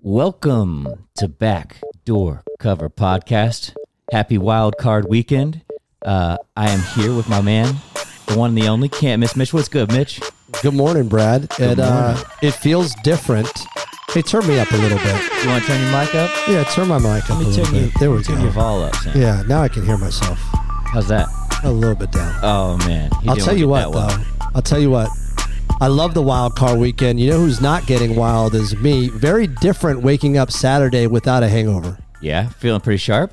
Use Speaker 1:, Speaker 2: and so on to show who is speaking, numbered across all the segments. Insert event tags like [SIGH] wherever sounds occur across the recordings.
Speaker 1: Welcome to Back Door Cover Podcast. Happy Wild Card Weekend. Uh, I am here with my man, the one and the only, can't miss Mitch. What's good, Mitch?
Speaker 2: Good morning, Brad. it uh, it feels different. Hey, turn me up a little bit.
Speaker 1: You want to turn your mic up?
Speaker 2: Yeah, turn my mic up a
Speaker 1: Let me
Speaker 2: little
Speaker 1: turn your,
Speaker 2: bit. There we
Speaker 1: turn your
Speaker 2: go.
Speaker 1: vol up, Sam.
Speaker 2: Yeah, now I can hear myself
Speaker 1: How's that?
Speaker 2: a little bit down.
Speaker 1: Oh, man. He
Speaker 2: I'll
Speaker 1: didn't
Speaker 2: tell you
Speaker 1: want
Speaker 2: what,
Speaker 1: it that
Speaker 2: though. I'll tell you what. I love the wild card weekend. You know who's not getting wild is me. Very different waking up Saturday without a hangover.
Speaker 1: well. Yeah, feeling pretty sharp.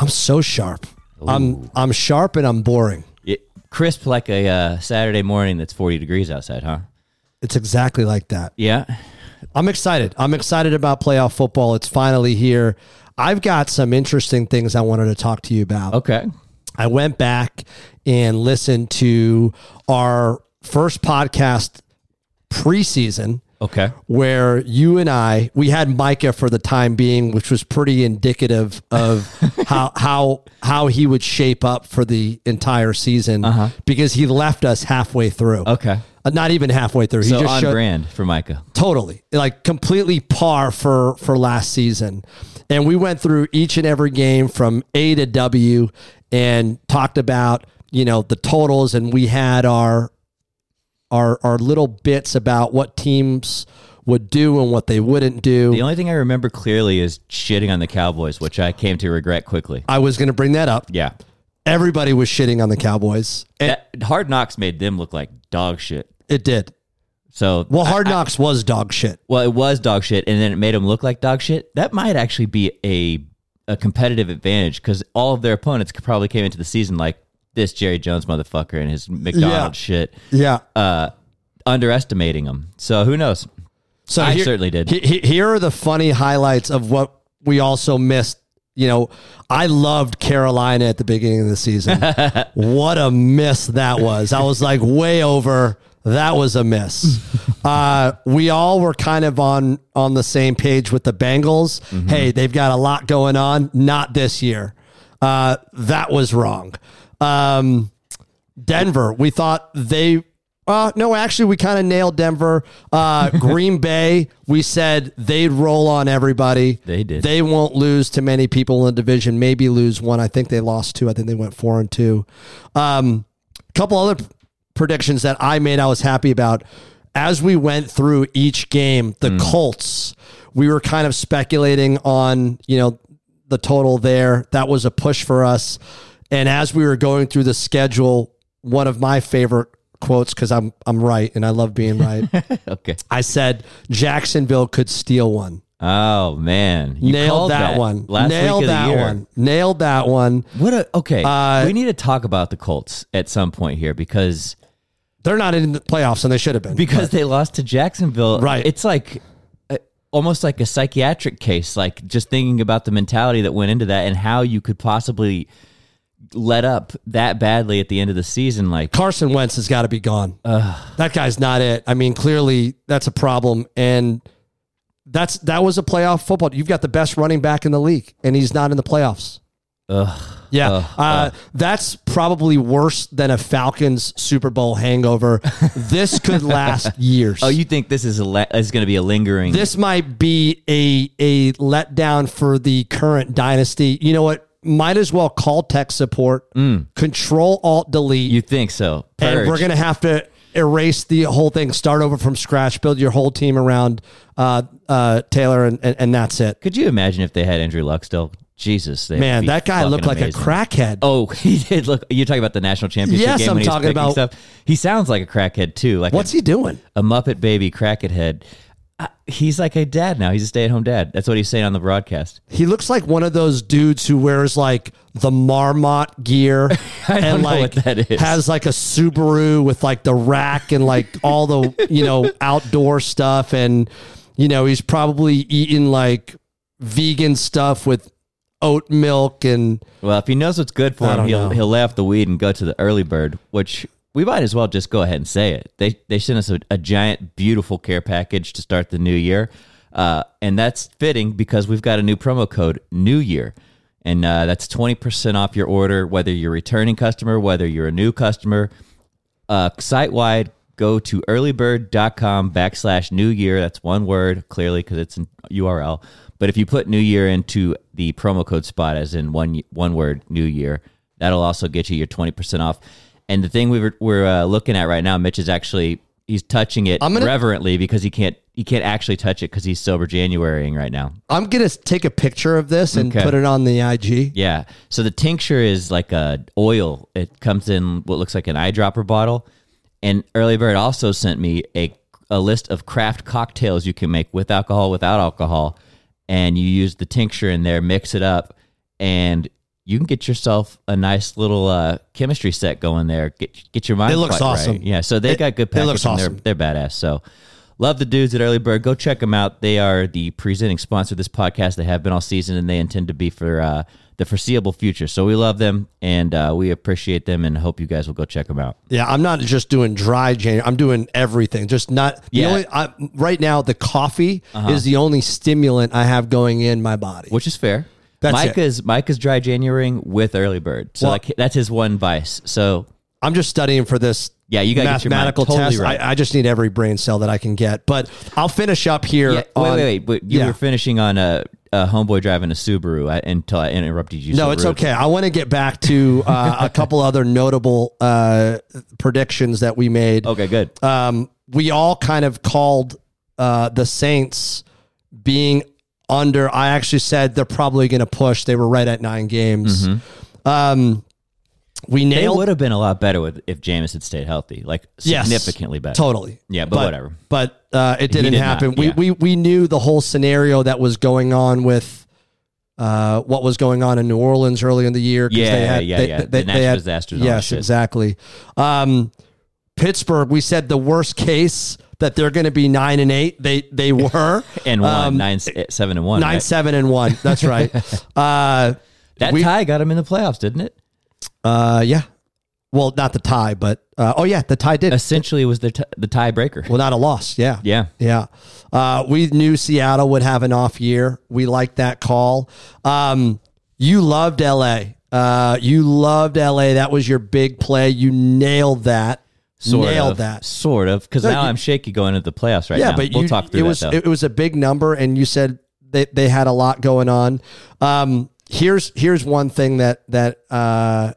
Speaker 2: I'm so sharp. I'm
Speaker 1: Ooh.
Speaker 2: I'm sharp and I'm boring.
Speaker 1: It, crisp like a uh, Saturday morning that's 40 degrees outside, huh?
Speaker 2: It's exactly like that.
Speaker 1: Yeah.
Speaker 2: I'm excited. I'm excited about playoff football. It's finally here. I've got some interesting things I wanted to talk to you about.
Speaker 1: Okay.
Speaker 2: I went back and listened to our first podcast preseason
Speaker 1: Okay.
Speaker 2: where you and I we had Micah for the time being, which was pretty indicative of
Speaker 1: [LAUGHS]
Speaker 2: how how how he would shape up for the entire season because he left us halfway through.
Speaker 1: Uh-huh. Okay.
Speaker 2: Uh, not even halfway through.
Speaker 1: So
Speaker 2: he just
Speaker 1: on
Speaker 2: showed,
Speaker 1: brand for Micah.
Speaker 2: totally like completely par for for last season and we went through each and every game from a to w and talked about you know the totals and we had our our our little bits about what teams would do and what they wouldn't do
Speaker 1: The only thing I remember clearly is shitting on the Cowboys, which I came to regret quickly.
Speaker 2: i was going to bring that up
Speaker 1: Yeah.
Speaker 2: everybody was shitting on the cowboys and
Speaker 1: That, Hard Knocks made them look like dog shit.
Speaker 2: it did
Speaker 1: So,
Speaker 2: well hard knocks was dog shit
Speaker 1: well, it was dog shit, and then it made them look like dog shit. That might actually be a a competitive advantage because all of their opponents could- probably came into the season like this Jerry Jones motherfucker and his McDonald's shit,
Speaker 2: yeah
Speaker 1: underestimating them. So who
Speaker 2: [LAUGHS]
Speaker 1: knows?
Speaker 2: So
Speaker 1: I certainly did.
Speaker 2: he- he- here are the funny highlights of what we also missed. You know, I loved Carolina at the beginning of
Speaker 1: [LAUGHS]
Speaker 2: the season. what a miss that was. I was like way over. That was
Speaker 1: [LAUGHS]
Speaker 2: a miss. Uh, we all were kind of on on the same page with the Bengals.
Speaker 1: Mm-hmm.
Speaker 2: Hey, they've got a lot going on. Not this year. Uh, that was wrong. Um, Denver. We thought they. Uh, no, actually, we kind of nailed Denver.
Speaker 1: [LAUGHS]
Speaker 2: Uh, Green Bay. We said they'd roll on everybody.
Speaker 1: They did.
Speaker 2: They won't lose to many people in the division. Maybe lose one. I think they lost two. I think they went four and two. Um, couple other p- predictions that I made. I was happy about. As we went through each game,
Speaker 1: Hmm.
Speaker 2: the Colts. We were kind of speculating on you know the total there. That was a push for us. And as we were going through the schedule, one of my favorite quotes because I'm I'm right and I love
Speaker 1: [LAUGHS]
Speaker 2: being right.
Speaker 1: Okay.
Speaker 2: I said Jacksonville could steal one.
Speaker 1: Oh man, you
Speaker 2: Nailed
Speaker 1: called
Speaker 2: that, one.
Speaker 1: last
Speaker 2: Nailed
Speaker 1: week of the
Speaker 2: that
Speaker 1: year.
Speaker 2: one. Nailed that one.
Speaker 1: What a okay.
Speaker 2: Uh,
Speaker 1: we need to talk about the Colts at some point here because
Speaker 2: They're not in the playoffs and they should have been.
Speaker 1: because they lost to Jacksonville.
Speaker 2: Right.
Speaker 1: It's like uh, almost like a psychiatric case. Like just thinking about the mentality that went into that and how you could possibly let up that badly at the end of the season. Like
Speaker 2: Carson Wentz has got to be gone. that guy's not it. I mean, clearly that's a problem, and that's that was a playoff football. You've got the best running back in the league, and he's not in the playoffs. Yeah, uh, that's probably worse than a Falcons Super Bowl hangover. this could last years.
Speaker 1: oh, you think this is a la- is going to be a lingering?
Speaker 2: this might be a a letdown for the current dynasty. You know what? Might as well call tech support, control alt delete
Speaker 1: you think so?
Speaker 2: and we're
Speaker 1: Purge.
Speaker 2: gonna have to erase the whole thing, start over from scratch, build your whole team around uh, uh, Taylor, and, and and that's it.
Speaker 1: could you imagine if they had Andrew Luck still? Jesus, they'd
Speaker 2: Man,
Speaker 1: be
Speaker 2: that guy
Speaker 1: fucking
Speaker 2: looked like
Speaker 1: amazing.
Speaker 2: a crackhead.
Speaker 1: Oh, [LAUGHS] he did look. You're talking about the national championship
Speaker 2: Yes,
Speaker 1: game.
Speaker 2: I'm
Speaker 1: when he was
Speaker 2: talking
Speaker 1: picking
Speaker 2: about-
Speaker 1: stuff. He sounds like a crackhead too. Like a
Speaker 2: What's he doing?
Speaker 1: a Muppet baby crackhead head. Uh, He's like a dad now. He's a stay at home dad. That's what he's saying on the broadcast.
Speaker 2: He looks like one of those dudes who wears like the Marmot gear
Speaker 1: [LAUGHS] I don't
Speaker 2: and
Speaker 1: know
Speaker 2: like
Speaker 1: what that is.
Speaker 2: has like a Subaru with like the rack and like all the
Speaker 1: [LAUGHS]
Speaker 2: you know outdoor stuff, and you know he's probably eating like vegan stuff with oat milk and
Speaker 1: Well, if he knows what's good for
Speaker 2: I
Speaker 1: him,
Speaker 2: don't
Speaker 1: he'll
Speaker 2: know.
Speaker 1: he'll lay off the weed and go to the early bird, which we might as well just go ahead and say it. They they sent us a, a giant, beautiful care package to start the new year, uh, and that's fitting because we've got a new promo code, New Year, and uh, that's twenty percent off your order, whether you're a returning customer, whether you're a new customer. uh, site wide go to earlybird.com backslash new year. That's one word, clearly, because it's an URL. But if you put new year into the promo code spot, as in one one word, new year, that'll also get you your 20% off. And the thing we were, we're uh, looking at right now, Mitch is actually, he's touching it
Speaker 2: I'm gonna-
Speaker 1: reverently because he can't, he can't actually touch it because he's sober Januarying right now.
Speaker 2: I'm gonna take a picture of this and
Speaker 1: Okay.
Speaker 2: put it on the IG.
Speaker 1: Yeah. So the tincture is like a oil. It comes in what looks like an eyedropper bottle. And Early Bird also sent me a a list of craft cocktails you can make with alcohol, without alcohol, and you use the tincture in there, mix it up, and you can get yourself a nice little uh, chemistry set going there. Get get your mind.
Speaker 2: It looks
Speaker 1: quite right.
Speaker 2: awesome.
Speaker 1: Yeah. So they got good.
Speaker 2: it looks
Speaker 1: packaging. They're-
Speaker 2: awesome.
Speaker 1: they're badass. So love the dudes at Early Bird. Go check them out. They are the presenting sponsor of this podcast. They have been all season and they intend to be for uh, the foreseeable future. So we love them and uh, we appreciate them and hope you guys will go check them out.
Speaker 2: Yeah, I'm not just doing dry January. I'm doing everything. Just not.
Speaker 1: Yeah. Uh-huh.
Speaker 2: The only, I, right now, the coffee is the only stimulant I have going in my body.
Speaker 1: Which is fair.
Speaker 2: That's it.
Speaker 1: Micah's Micah's dry Januarying with Early Bird. So
Speaker 2: Well-
Speaker 1: like that's his one vice. So
Speaker 2: I'm just studying for this.
Speaker 1: Yeah, you gotta get your mind
Speaker 2: mathematical
Speaker 1: totally
Speaker 2: test.
Speaker 1: right.
Speaker 2: I, I just need every brain cell that I can get. But I'll finish up here.
Speaker 1: yeah, wait,
Speaker 2: Uh, on-
Speaker 1: wait, wait. But you
Speaker 2: Yeah.
Speaker 1: were finishing on a, a homeboy driving a Subaru I, until I interrupted you.
Speaker 2: No,
Speaker 1: so
Speaker 2: it's
Speaker 1: rudely.
Speaker 2: okay. I want to get back to uh, a couple other notable uh, predictions that we made.
Speaker 1: Okay, good.
Speaker 2: um, we all kind of called uh, the Saints being under. I actually said they're probably going to push. They were right at nine games. Um, we
Speaker 1: They
Speaker 2: nailed
Speaker 1: would have been a lot better with if Jameis had stayed healthy, like
Speaker 2: Yes.
Speaker 1: significantly better.
Speaker 2: totally.
Speaker 1: Yeah, but whatever.
Speaker 2: But uh, it didn't
Speaker 1: did not,
Speaker 2: happen.
Speaker 1: yeah.
Speaker 2: we, we we knew the whole scenario that was going on with. Uh, what was going on in New Orleans early in the year? 'cause
Speaker 1: Yeah, yeah, yeah. The natural disasters and all that
Speaker 2: Yes,
Speaker 1: shit.
Speaker 2: exactly. Um, Pittsburgh, we said the worst case that they're going to be nine and eight. They
Speaker 1: [LAUGHS]
Speaker 2: they were
Speaker 1: and one,
Speaker 2: Um,
Speaker 1: nine, s- seven, and one.
Speaker 2: nine
Speaker 1: right?
Speaker 2: seven and one.
Speaker 1: [LAUGHS]
Speaker 2: That's right. uh,
Speaker 1: That
Speaker 2: we-
Speaker 1: tie got him in the playoffs, didn't it?
Speaker 2: uh, yeah. Well, not the tie, but uh, oh yeah, the tie did.
Speaker 1: Essentially, was the t- the tiebreaker.
Speaker 2: well, not a loss. Yeah.
Speaker 1: Yeah,
Speaker 2: Yeah. Uh, we knew Seattle would have an off year. We liked that call. Um, you loved LA. Uh, you loved LA. That was your big play. You nailed that.
Speaker 1: sort
Speaker 2: nailed
Speaker 1: of,
Speaker 2: that.
Speaker 1: sort of. Because now I'm shaky going into the playoffs right
Speaker 2: Yeah,
Speaker 1: now.
Speaker 2: but
Speaker 1: we'll
Speaker 2: you,
Speaker 1: talk
Speaker 2: it
Speaker 1: through
Speaker 2: was
Speaker 1: that though.
Speaker 2: it was a big number, and you said they, they had a lot going on. Um, here's here's one thing that that uh,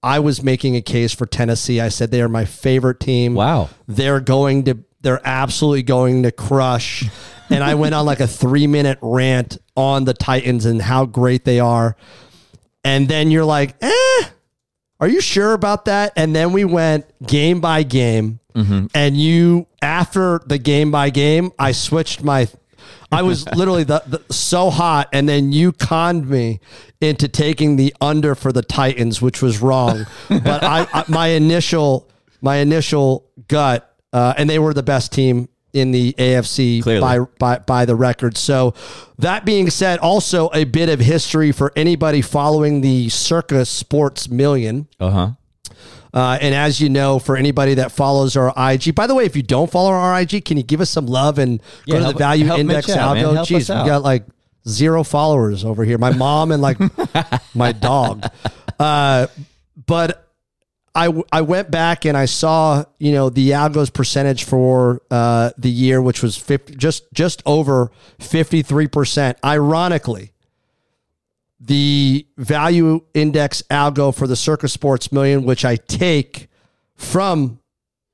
Speaker 2: I was making a case for Tennessee. I said they are my favorite team
Speaker 1: wow,
Speaker 2: they're going to they're absolutely going to crush and i went on like a three minute rant on the titans and how great they are and then you're like eh are you sure about that and then we went game by game and you after the game by game i switched my i was literally the, the, so hot and then you conned me into taking the under for the titans which was wrong but I, I my initial my initial gut uh, and they were the best team in the AFC
Speaker 1: Clearly.
Speaker 2: by by, by the record. So, that being said, also a bit of history for anybody following the Circus Sports Million.
Speaker 1: uh huh.
Speaker 2: Uh, and as you know, for anybody that follows our IG, by the way, if you don't follow our IG, can you give us some love and
Speaker 1: Yeah,
Speaker 2: go to
Speaker 1: help-
Speaker 2: the value
Speaker 1: help
Speaker 2: index
Speaker 1: Mitch out, man.
Speaker 2: algo?
Speaker 1: Help us
Speaker 2: Jeez,
Speaker 1: out.
Speaker 2: we got like zero followers over here. My mom
Speaker 1: [LAUGHS]
Speaker 2: and like my dog. Uh, but I, w- I went back and I saw you know the algo's percentage for uh, the year, which was 50, just just over fifty three percent. Ironically, the value index algo for the Circus Sports Million, which I take from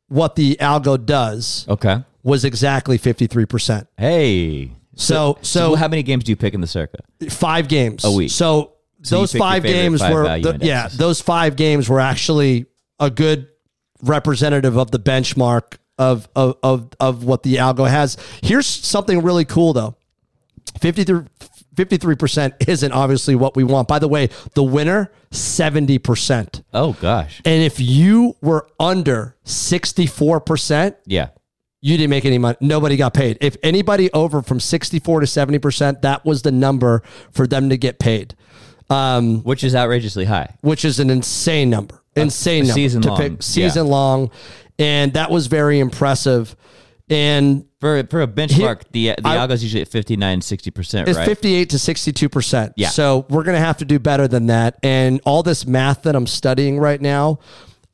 Speaker 2: what the algo does,
Speaker 1: Okay.
Speaker 2: was exactly fifty three percent.
Speaker 1: Hey.
Speaker 2: So
Speaker 1: So,
Speaker 2: so
Speaker 1: how many games do you pick in the circa?
Speaker 2: five games a
Speaker 1: week.
Speaker 2: So,
Speaker 1: you
Speaker 2: those
Speaker 1: pick your
Speaker 2: five
Speaker 1: favorite
Speaker 2: games
Speaker 1: five
Speaker 2: were
Speaker 1: value
Speaker 2: th-
Speaker 1: indexes.
Speaker 2: yeah, those five games were actually a good representative of the benchmark of of of, of what the algo has. Here's something really cool though. 53 percent isn't obviously what we want. By the way, the winner 70%.
Speaker 1: Oh gosh.
Speaker 2: And if you were under 64%,
Speaker 1: Yeah.
Speaker 2: you didn't make any money. Nobody got paid. If anybody over from 64 to 70%, that was the number for them to get paid, um,
Speaker 1: Which is outrageously high.
Speaker 2: which is an insane number. Insane number.
Speaker 1: season
Speaker 2: to
Speaker 1: long.
Speaker 2: Pick season long. And that was very impressive. And
Speaker 1: For for a benchmark, the the
Speaker 2: I-
Speaker 1: algo's usually at 59 60 percent,
Speaker 2: it's
Speaker 1: right?
Speaker 2: 58 to 62%.
Speaker 1: Yeah.
Speaker 2: So we're going to have to do better than that. And all this math that I'm studying right now,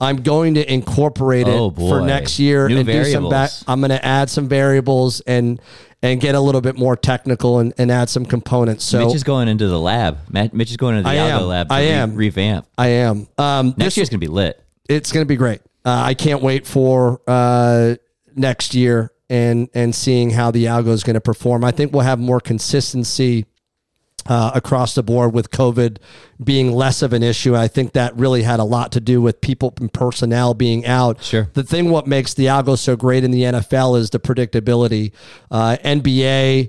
Speaker 2: I'm going to incorporate it
Speaker 1: Oh, boy.
Speaker 2: for next year
Speaker 1: New
Speaker 2: and do some back.
Speaker 1: variables.
Speaker 2: I'm going to add some variables and and get a little bit more technical and, and add some components. So
Speaker 1: Mitch is going into the lab. Matt, Mitch is going into the
Speaker 2: I
Speaker 1: algo
Speaker 2: am.
Speaker 1: lab to
Speaker 2: I
Speaker 1: re-
Speaker 2: am.
Speaker 1: revamp.
Speaker 2: I am. Um,
Speaker 1: Next
Speaker 2: this
Speaker 1: year's gonna be lit.
Speaker 2: it's going to be great. Uh, I can't wait for uh, next year and and seeing how the algo is going to perform. I think we'll have more consistency uh, across the board with COVID being less of an issue. I think that really had a lot to do with people and personnel being out.
Speaker 1: Sure.
Speaker 2: The thing what makes the algo so great in the NFL is the predictability. Uh, NBA,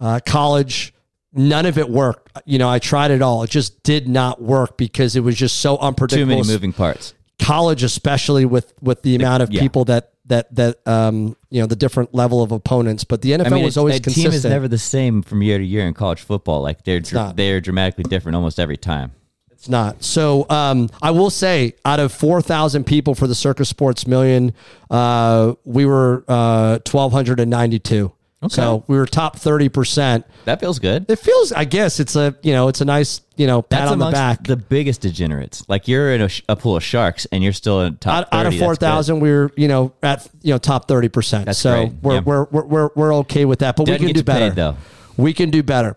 Speaker 2: uh, college, none of it worked. You know, I tried it all. It just did not work because it was just so
Speaker 1: Too
Speaker 2: unpredictable
Speaker 1: many moving parts.
Speaker 2: college, especially with with the amount of
Speaker 1: yeah.
Speaker 2: people that that that um you know the different level of opponents. But the NFL
Speaker 1: I mean,
Speaker 2: was
Speaker 1: a-
Speaker 2: always
Speaker 1: a
Speaker 2: consistent.
Speaker 1: team is never the same from year to year in college football. Like they're dr-
Speaker 2: not.
Speaker 1: they're dramatically different almost every time.
Speaker 2: it's not. So um, I will say, out of four thousand people for the Circus Sports Million, uh, we were uh, twelve hundred and ninety two. So we were top thirty percent.
Speaker 1: That feels good.
Speaker 2: It feels, I guess, it's a you know, it's a nice you know pat on the
Speaker 1: amongst
Speaker 2: back.
Speaker 1: the biggest degenerates. Like you're in a, sh- a pool of sharks and you're still in top
Speaker 2: out, out of
Speaker 1: 30. That's
Speaker 2: four
Speaker 1: good.
Speaker 2: thousand, we were you know at you know top thirty percent. So
Speaker 1: great.
Speaker 2: we're,
Speaker 1: Yeah.
Speaker 2: we're we're we're we're okay with that, but
Speaker 1: Doesn't
Speaker 2: we
Speaker 1: get
Speaker 2: can do
Speaker 1: you
Speaker 2: better.
Speaker 1: paid, though.
Speaker 2: We can do better.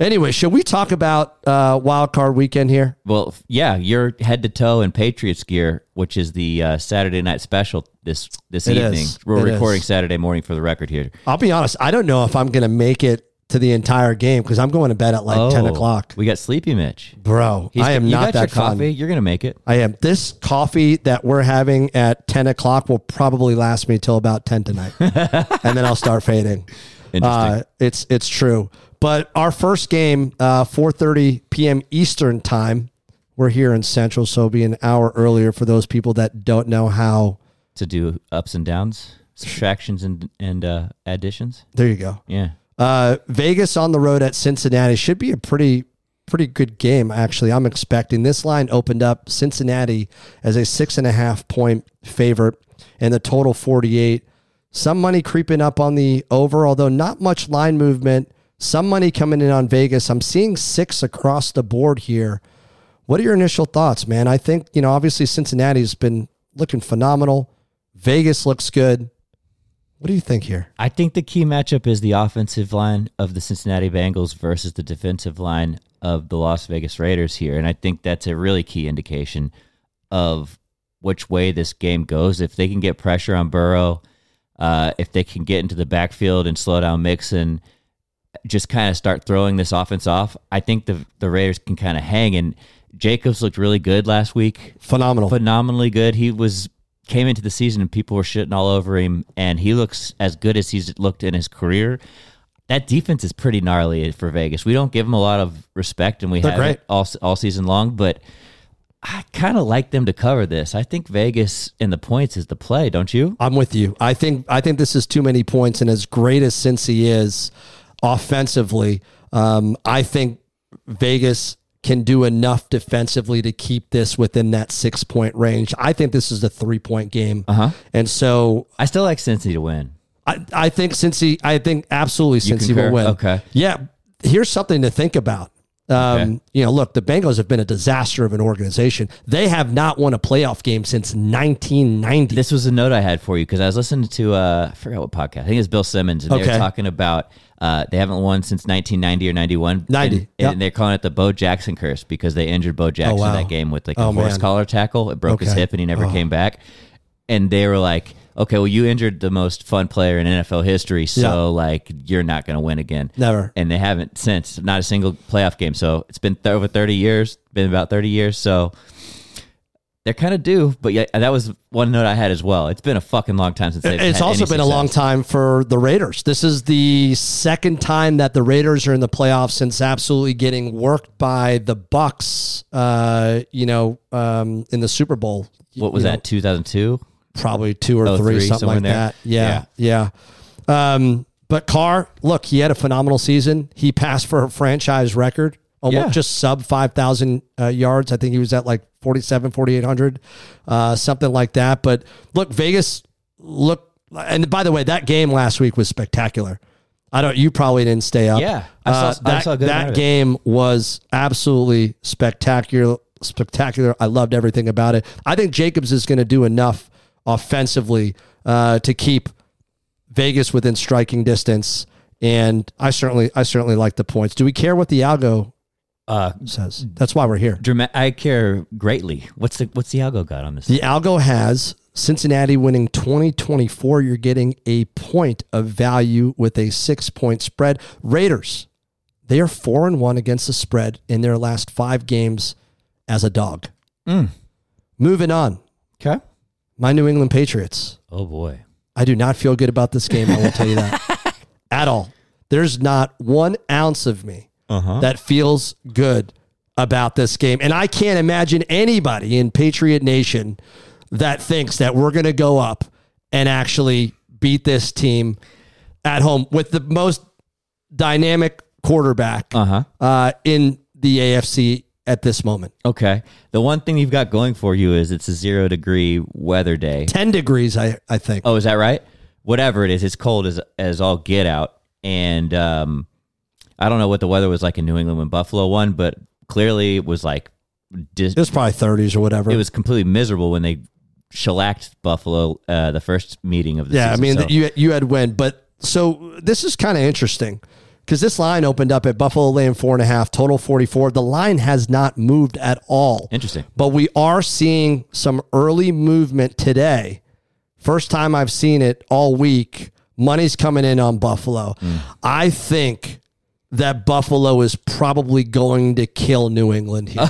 Speaker 2: Anyway, should we talk about uh, wild card weekend here?
Speaker 1: Well, f- yeah, you're head to toe in Patriots gear, which is the uh, Saturday night special this this
Speaker 2: It
Speaker 1: evening.
Speaker 2: is.
Speaker 1: We're
Speaker 2: It
Speaker 1: recording
Speaker 2: is.
Speaker 1: Saturday morning for the record here.
Speaker 2: I'll be honest, I don't know if I'm going to make it to the entire game because I'm going to bed at like ten
Speaker 1: Oh,
Speaker 2: o'clock,
Speaker 1: We got Sleepy Mitch.
Speaker 2: bro.
Speaker 1: He's-
Speaker 2: I am
Speaker 1: you
Speaker 2: not
Speaker 1: got your
Speaker 2: that con.
Speaker 1: coffee. You're gonna make it.
Speaker 2: I am. This coffee that we're having at ten o'clock will probably last me till about ten tonight, and then I'll start fading.
Speaker 1: Interesting.
Speaker 2: Uh, it's it's true. But our first game, uh, 4:30 p.m. Eastern time. We're here in Central, so it'll be an hour earlier for those people that don't know how.
Speaker 1: to do ups and downs, subtractions and and uh, additions.
Speaker 2: There you go.
Speaker 1: Yeah,
Speaker 2: Uh, Vegas on the road at Cincinnati should be a pretty pretty good game. Actually, I'm expecting this line opened up Cincinnati as a six and a half point favorite, and the total 48. Some money creeping up on the over, although not much line movement. Some money coming in on Vegas. I'm seeing six across the board here. What are your initial thoughts, man? I think you know, obviously Cincinnati's been looking phenomenal. Vegas looks good. What do you think here?
Speaker 1: I think the key matchup is the offensive line of the Cincinnati Bengals versus the defensive line of the Las Vegas Raiders here, and I think that's a really key indication of which way this game goes. If they can get pressure on Burrow, uh, if they can get into the backfield and slow down Mixon, just kind of start throwing this offense off, I think the the Raiders can kind of hang. And Jacobs looked really good last week.
Speaker 2: Phenomenal.
Speaker 1: phenomenally good. He was came into the season and people were shitting all over him, and he looks as good as he's looked in his career. That defense is pretty gnarly for Vegas. We don't give them a lot of respect, and we
Speaker 2: They're
Speaker 1: have
Speaker 2: great.
Speaker 1: it all all season long. But I kind of like them to cover this. I think Vegas in the points is the play, don't you?
Speaker 2: I'm with you. I think I think this is too many points, and as great as since he is offensively, um, I think Vegas can do enough defensively to keep this within that six point range. I think this is a three point game, uh-huh. and so
Speaker 1: I still like Cincy to win.
Speaker 2: I, I think since he, I think absolutely since he
Speaker 1: concur?
Speaker 2: will win.
Speaker 1: Okay.
Speaker 2: Yeah. Here's something to think about. Um,
Speaker 1: Okay.
Speaker 2: You know, look, the Bengals have been a disaster of an organization. They have not won a playoff game since 1990.
Speaker 1: This was a note I had for you because I was listening to uh, I forgot what podcast. I think it's Bill Simmons, and they
Speaker 2: Okay.
Speaker 1: were talking about uh, they haven't won since 1990 or 91.
Speaker 2: 90,
Speaker 1: and,
Speaker 2: yeah.
Speaker 1: and they're calling it the Bo Jackson curse because they injured Bo Jackson
Speaker 2: wow.
Speaker 1: that game with like a
Speaker 2: Oh,
Speaker 1: horse
Speaker 2: man.
Speaker 1: collar tackle. It broke his
Speaker 2: Okay. Uh-huh.
Speaker 1: hip and he never came back. And they were like, "Okay, well, you injured the most fun player in NFL history, so
Speaker 2: Yeah.
Speaker 1: like you're not going to win again."
Speaker 2: Never.
Speaker 1: and they haven't since. Not a single playoff game. So it's been th- over 30 years. Been about 30 years. So they're kind of due. But yeah, that was one note I had as well. It's been a fucking long time since they've.
Speaker 2: It's
Speaker 1: had
Speaker 2: also
Speaker 1: any
Speaker 2: been a long
Speaker 1: success.
Speaker 2: time for the Raiders. This is the second time that the Raiders are in the playoffs since absolutely getting worked by the Bucks. Uh, you know, um, in the Super Bowl,
Speaker 1: What was
Speaker 2: You know,
Speaker 1: that? 2002.
Speaker 2: probably two or
Speaker 1: Oh,
Speaker 2: three,
Speaker 1: three,
Speaker 2: something
Speaker 1: somewhere
Speaker 2: like
Speaker 1: in there.
Speaker 2: that. Yeah, yeah. Um, but Carr, look, he had a phenomenal season. He passed for a franchise record, almost
Speaker 1: Yeah.
Speaker 2: just sub 5,000 uh, yards. I think he was at like 47, 4,800, uh, something like that. But look, Vegas, look, and by the way, that game last week was spectacular. I don't, you probably didn't stay up.
Speaker 1: Yeah, I saw- I
Speaker 2: Uh, that,
Speaker 1: saw a good
Speaker 2: that
Speaker 1: amount of it.
Speaker 2: game was absolutely spectacular. spectacular. I loved everything about it. I think Jacobs is going to do enough offensively uh, to keep Vegas within striking distance. And I certainly, I certainly like the points. Do we care what the algo
Speaker 1: Uh,
Speaker 2: says? That's why we're here.
Speaker 1: Drama- I care greatly. What's the what's the algo got on this?
Speaker 2: The algo has Cincinnati winning 2024. You're getting a point of value with a six point spread. Raiders, they are four and one against the spread in their last five games as a dog. Moving on,
Speaker 1: Okay.
Speaker 2: my New England Patriots.
Speaker 1: Oh boy.
Speaker 2: I do not feel good about this game. I will tell you that
Speaker 1: [LAUGHS]
Speaker 2: at all. There's not one ounce of me
Speaker 1: Uh-huh.
Speaker 2: that feels good about this game. And I can't imagine anybody in Patriot Nation that thinks that we're going to go up and actually beat this team at home with the most dynamic quarterback
Speaker 1: Uh huh.
Speaker 2: uh, in the AFC at this moment.
Speaker 1: Okay. The one thing you've got going for you is it's a zero degree weather day.
Speaker 2: 10 degrees, I, I think.
Speaker 1: Oh, is that right? Whatever it is, it's cold as as all get out. And um, I don't know what the weather was like in New England when Buffalo won, but clearly it was like dis-
Speaker 2: It was probably 30s or whatever.
Speaker 1: it was completely miserable when they shellacked Buffalo uh, the first meeting of the
Speaker 2: Yeah, I
Speaker 1: season.
Speaker 2: mean,
Speaker 1: So-
Speaker 2: th- you you had win, but so this is kind of interesting because this line opened up at Buffalo Lane four and a half, total forty four. The line has not moved at all.
Speaker 1: Interesting.
Speaker 2: but we are seeing some early movement today. First time I've seen it all week. Money's coming in on Buffalo.
Speaker 1: Mm.
Speaker 2: I think that Buffalo is probably going to kill New
Speaker 1: [LAUGHS]
Speaker 2: England here.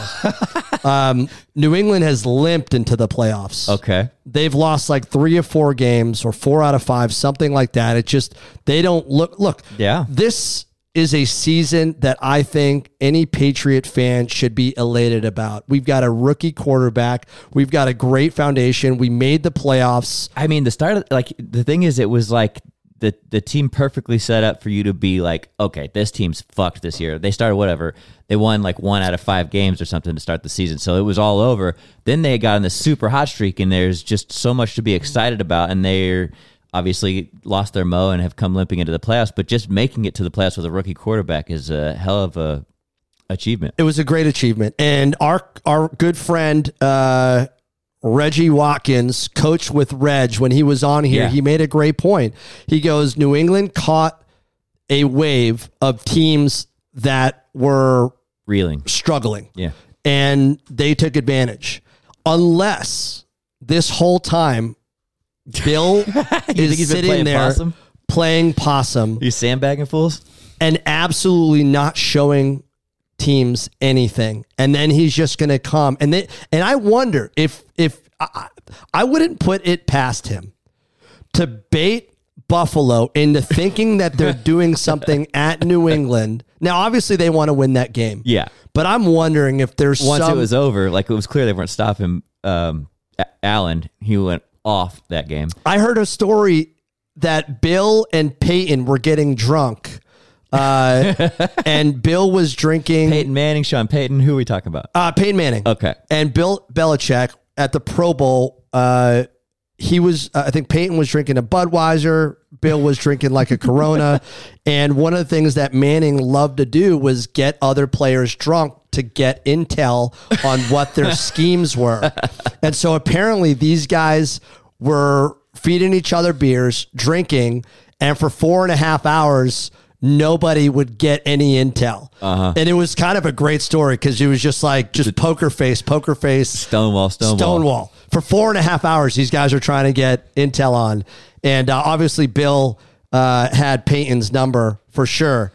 Speaker 2: um, New England has limped into the playoffs
Speaker 1: okay.
Speaker 2: they've lost like three or four games or four out of five, something like that. It just they don't look look.
Speaker 1: Yeah.
Speaker 2: This is a season that I think any Patriot fan should be elated about. We've got a rookie quarterback. We've got a great foundation. We made the playoffs.
Speaker 1: I mean, the start of like the thing is, it was like the the team perfectly set up for you to be like, okay, this team's fucked this year. They started whatever they won like one out of five games or something to start the season, so it was all over. Then they got on this super hot streak, and there's just so much to be excited about, and they're obviously lost their mo and have come limping into the playoffs. But just making it to the playoffs with a rookie quarterback is a hell of a achievement.
Speaker 2: It was a great achievement. And our our good friend uh Reggie Watkins, coach with Reg, when he was on here,
Speaker 1: Yeah.
Speaker 2: he made a great point. He goes, New England caught a wave of teams that were
Speaker 1: Reeling,
Speaker 2: struggling
Speaker 1: yeah,
Speaker 2: and they took advantage. Unless this whole time
Speaker 1: [LAUGHS]
Speaker 2: Bill
Speaker 1: he's been
Speaker 2: is sitting
Speaker 1: playing
Speaker 2: there
Speaker 1: possum?
Speaker 2: playing possum
Speaker 1: you sandbagging fools.
Speaker 2: and absolutely not showing teams anything and then he's just going to come and they, and I wonder if if I, I I wouldn't put it past him to bait Buffalo into thinking
Speaker 1: [LAUGHS]
Speaker 2: that they're doing something at New England. Now obviously they want to win that game.
Speaker 1: Yeah.
Speaker 2: But I'm wondering if there's
Speaker 1: once
Speaker 2: some
Speaker 1: it was over, like it was clear they weren't stopping um, A- Allen. He went off that game.
Speaker 2: I heard a story that Bill and Peyton were getting drunk.
Speaker 1: [LAUGHS]
Speaker 2: Uh, and Bill was drinking
Speaker 1: Peyton Manning, Sean Payton. Who are we talking about?
Speaker 2: Uh, Peyton Manning.
Speaker 1: Okay.
Speaker 2: And Bill Belichick at the Pro Bowl, uh, he was, uh, I think Peyton was drinking a Budweiser. Bill was drinking like a Corona. and one of the things that Manning loved to do was get other players drunk to get intel on what their schemes were. And so apparently these guys were feeding each other beers, drinking, and for four and a half hours, nobody would get any intel. And it was kind of a great story because it was just like just poker face, poker face,
Speaker 1: Stonewall, Stonewall.
Speaker 2: Stonewall. For four and a half hours, these guys are trying to get intel on. And uh, obviously, Bill uh, had Peyton's number for sure.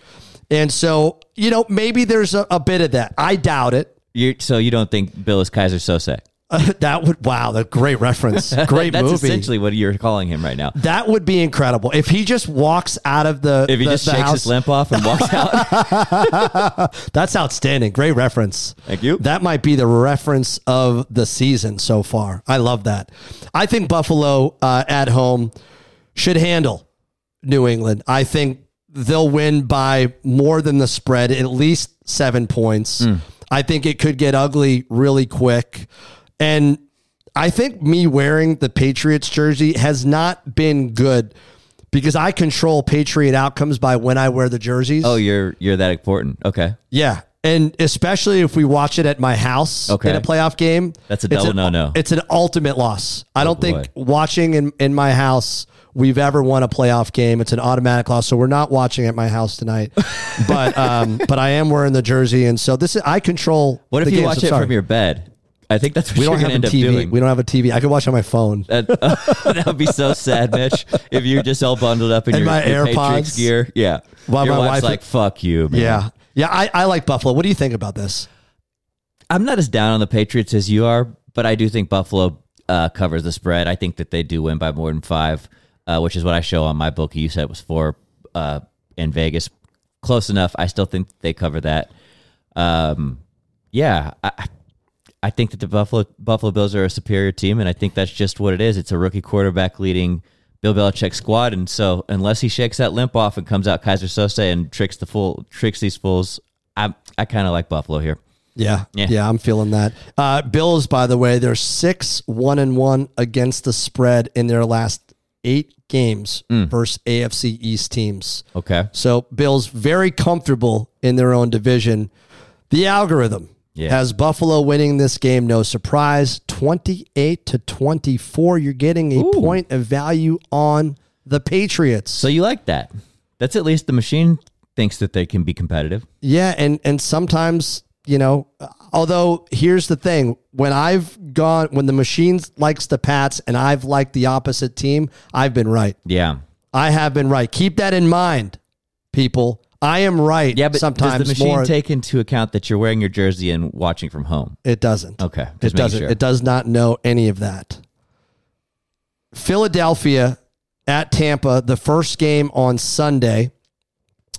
Speaker 2: And so, you know, maybe there's a, a bit of that. I doubt it. [LAUGHS]
Speaker 1: You're, so you don't think Bill is Kaiser Sosek?
Speaker 2: that would, wow, the
Speaker 1: [LAUGHS]
Speaker 2: great reference. Great
Speaker 1: That's
Speaker 2: movie.
Speaker 1: essentially what you're calling him right now.
Speaker 2: That would be incredible if he just walks out of the.
Speaker 1: If he
Speaker 2: the-
Speaker 1: just
Speaker 2: the
Speaker 1: shakes
Speaker 2: house,
Speaker 1: his limp off and walks
Speaker 2: [LAUGHS]
Speaker 1: out,
Speaker 2: that's outstanding. Great reference.
Speaker 1: Thank you.
Speaker 2: That might be the reference of the season so far. I love that. I think Buffalo uh, at home should handle New England. I think they'll win by more than the spread, at least seven points.
Speaker 1: Hmm.
Speaker 2: I think it could get ugly really quick, and I think me wearing the Patriots jersey has not been good. Because I control Patriot outcomes by when I wear the jerseys.
Speaker 1: oh, you're you're that important. Okay,
Speaker 2: Yeah. And especially if we watch it at my house
Speaker 1: Okay.
Speaker 2: in a playoff game,
Speaker 1: That's a
Speaker 2: it's
Speaker 1: double
Speaker 2: an-
Speaker 1: no-no. Oh,
Speaker 2: It's an ultimate loss. I don't think
Speaker 1: boy.
Speaker 2: watching in, in my house we've ever won a playoff game. It's an automatic loss. So we're not watching at my house
Speaker 1: [LAUGHS]
Speaker 2: tonight. but um, but I am wearing the jersey, and so this is I control.
Speaker 1: What if
Speaker 2: the
Speaker 1: you
Speaker 2: games.
Speaker 1: watch
Speaker 2: I'm
Speaker 1: it
Speaker 2: sorry.
Speaker 1: from your bed? I think that's what
Speaker 2: We
Speaker 1: you're
Speaker 2: don't have
Speaker 1: gonna
Speaker 2: a
Speaker 1: end up
Speaker 2: TV.
Speaker 1: doing.
Speaker 2: We don't have a TV. I can watch on my phone.
Speaker 1: That, that [LAUGHS] would be so sad, Mitch, if you're just all bundled
Speaker 2: [LAUGHS]
Speaker 1: up in
Speaker 2: And
Speaker 1: your,
Speaker 2: my
Speaker 1: your Patriots
Speaker 2: AirPods.
Speaker 1: gear. Yeah.
Speaker 2: While
Speaker 1: your
Speaker 2: my
Speaker 1: wife's
Speaker 2: wife-
Speaker 1: like, fuck you, man.
Speaker 2: Yeah, yeah. I, I like Buffalo. What do you think about this?
Speaker 1: I'm not as down on the Patriots as you are, but I do think Buffalo uh, covers the spread. I think that they do win by more than five, uh, which is what I show on my bookie. You said it was four uh, in Vegas. Close enough. I still think they cover that. Um, yeah, I, I think that the Buffalo Buffalo Bills are a superior team, and I think that's just what it is. It's a rookie quarterback leading Bill Belichick squad, and so unless he shakes that limp off and comes out Kaiser Sose and tricks the fool, tricks these fools, I I kind of like Buffalo here.
Speaker 2: Yeah,
Speaker 1: Yeah.
Speaker 2: yeah, I'm feeling that. Uh, Bills, by the way, they're six one and one against the spread in their last eight games versus AFC East teams.
Speaker 1: Okay.
Speaker 2: So Bills very comfortable in their own division. The algorithm
Speaker 1: Yeah.
Speaker 2: has Buffalo winning this game. No surprise, twenty eight to twenty four. You're getting a point of value on the Patriots.
Speaker 1: So you like that? That's at least the machine thinks that they can be competitive.
Speaker 2: Yeah, and and sometimes you know, although here's the thing: when I've gone, when the machine likes the Pats and I've liked the opposite team, I've been right.
Speaker 1: Yeah.
Speaker 2: I have been right. Keep that in mind, people. I am right.
Speaker 1: Yeah, but
Speaker 2: sometimes
Speaker 1: does the machine
Speaker 2: more.
Speaker 1: take into account that you're wearing your jersey and watching from home?
Speaker 2: it doesn't.
Speaker 1: Okay.
Speaker 2: It
Speaker 1: Just making
Speaker 2: doesn't.
Speaker 1: sure.
Speaker 2: It does not know any of that. Philadelphia at Tampa, the first game on Sunday,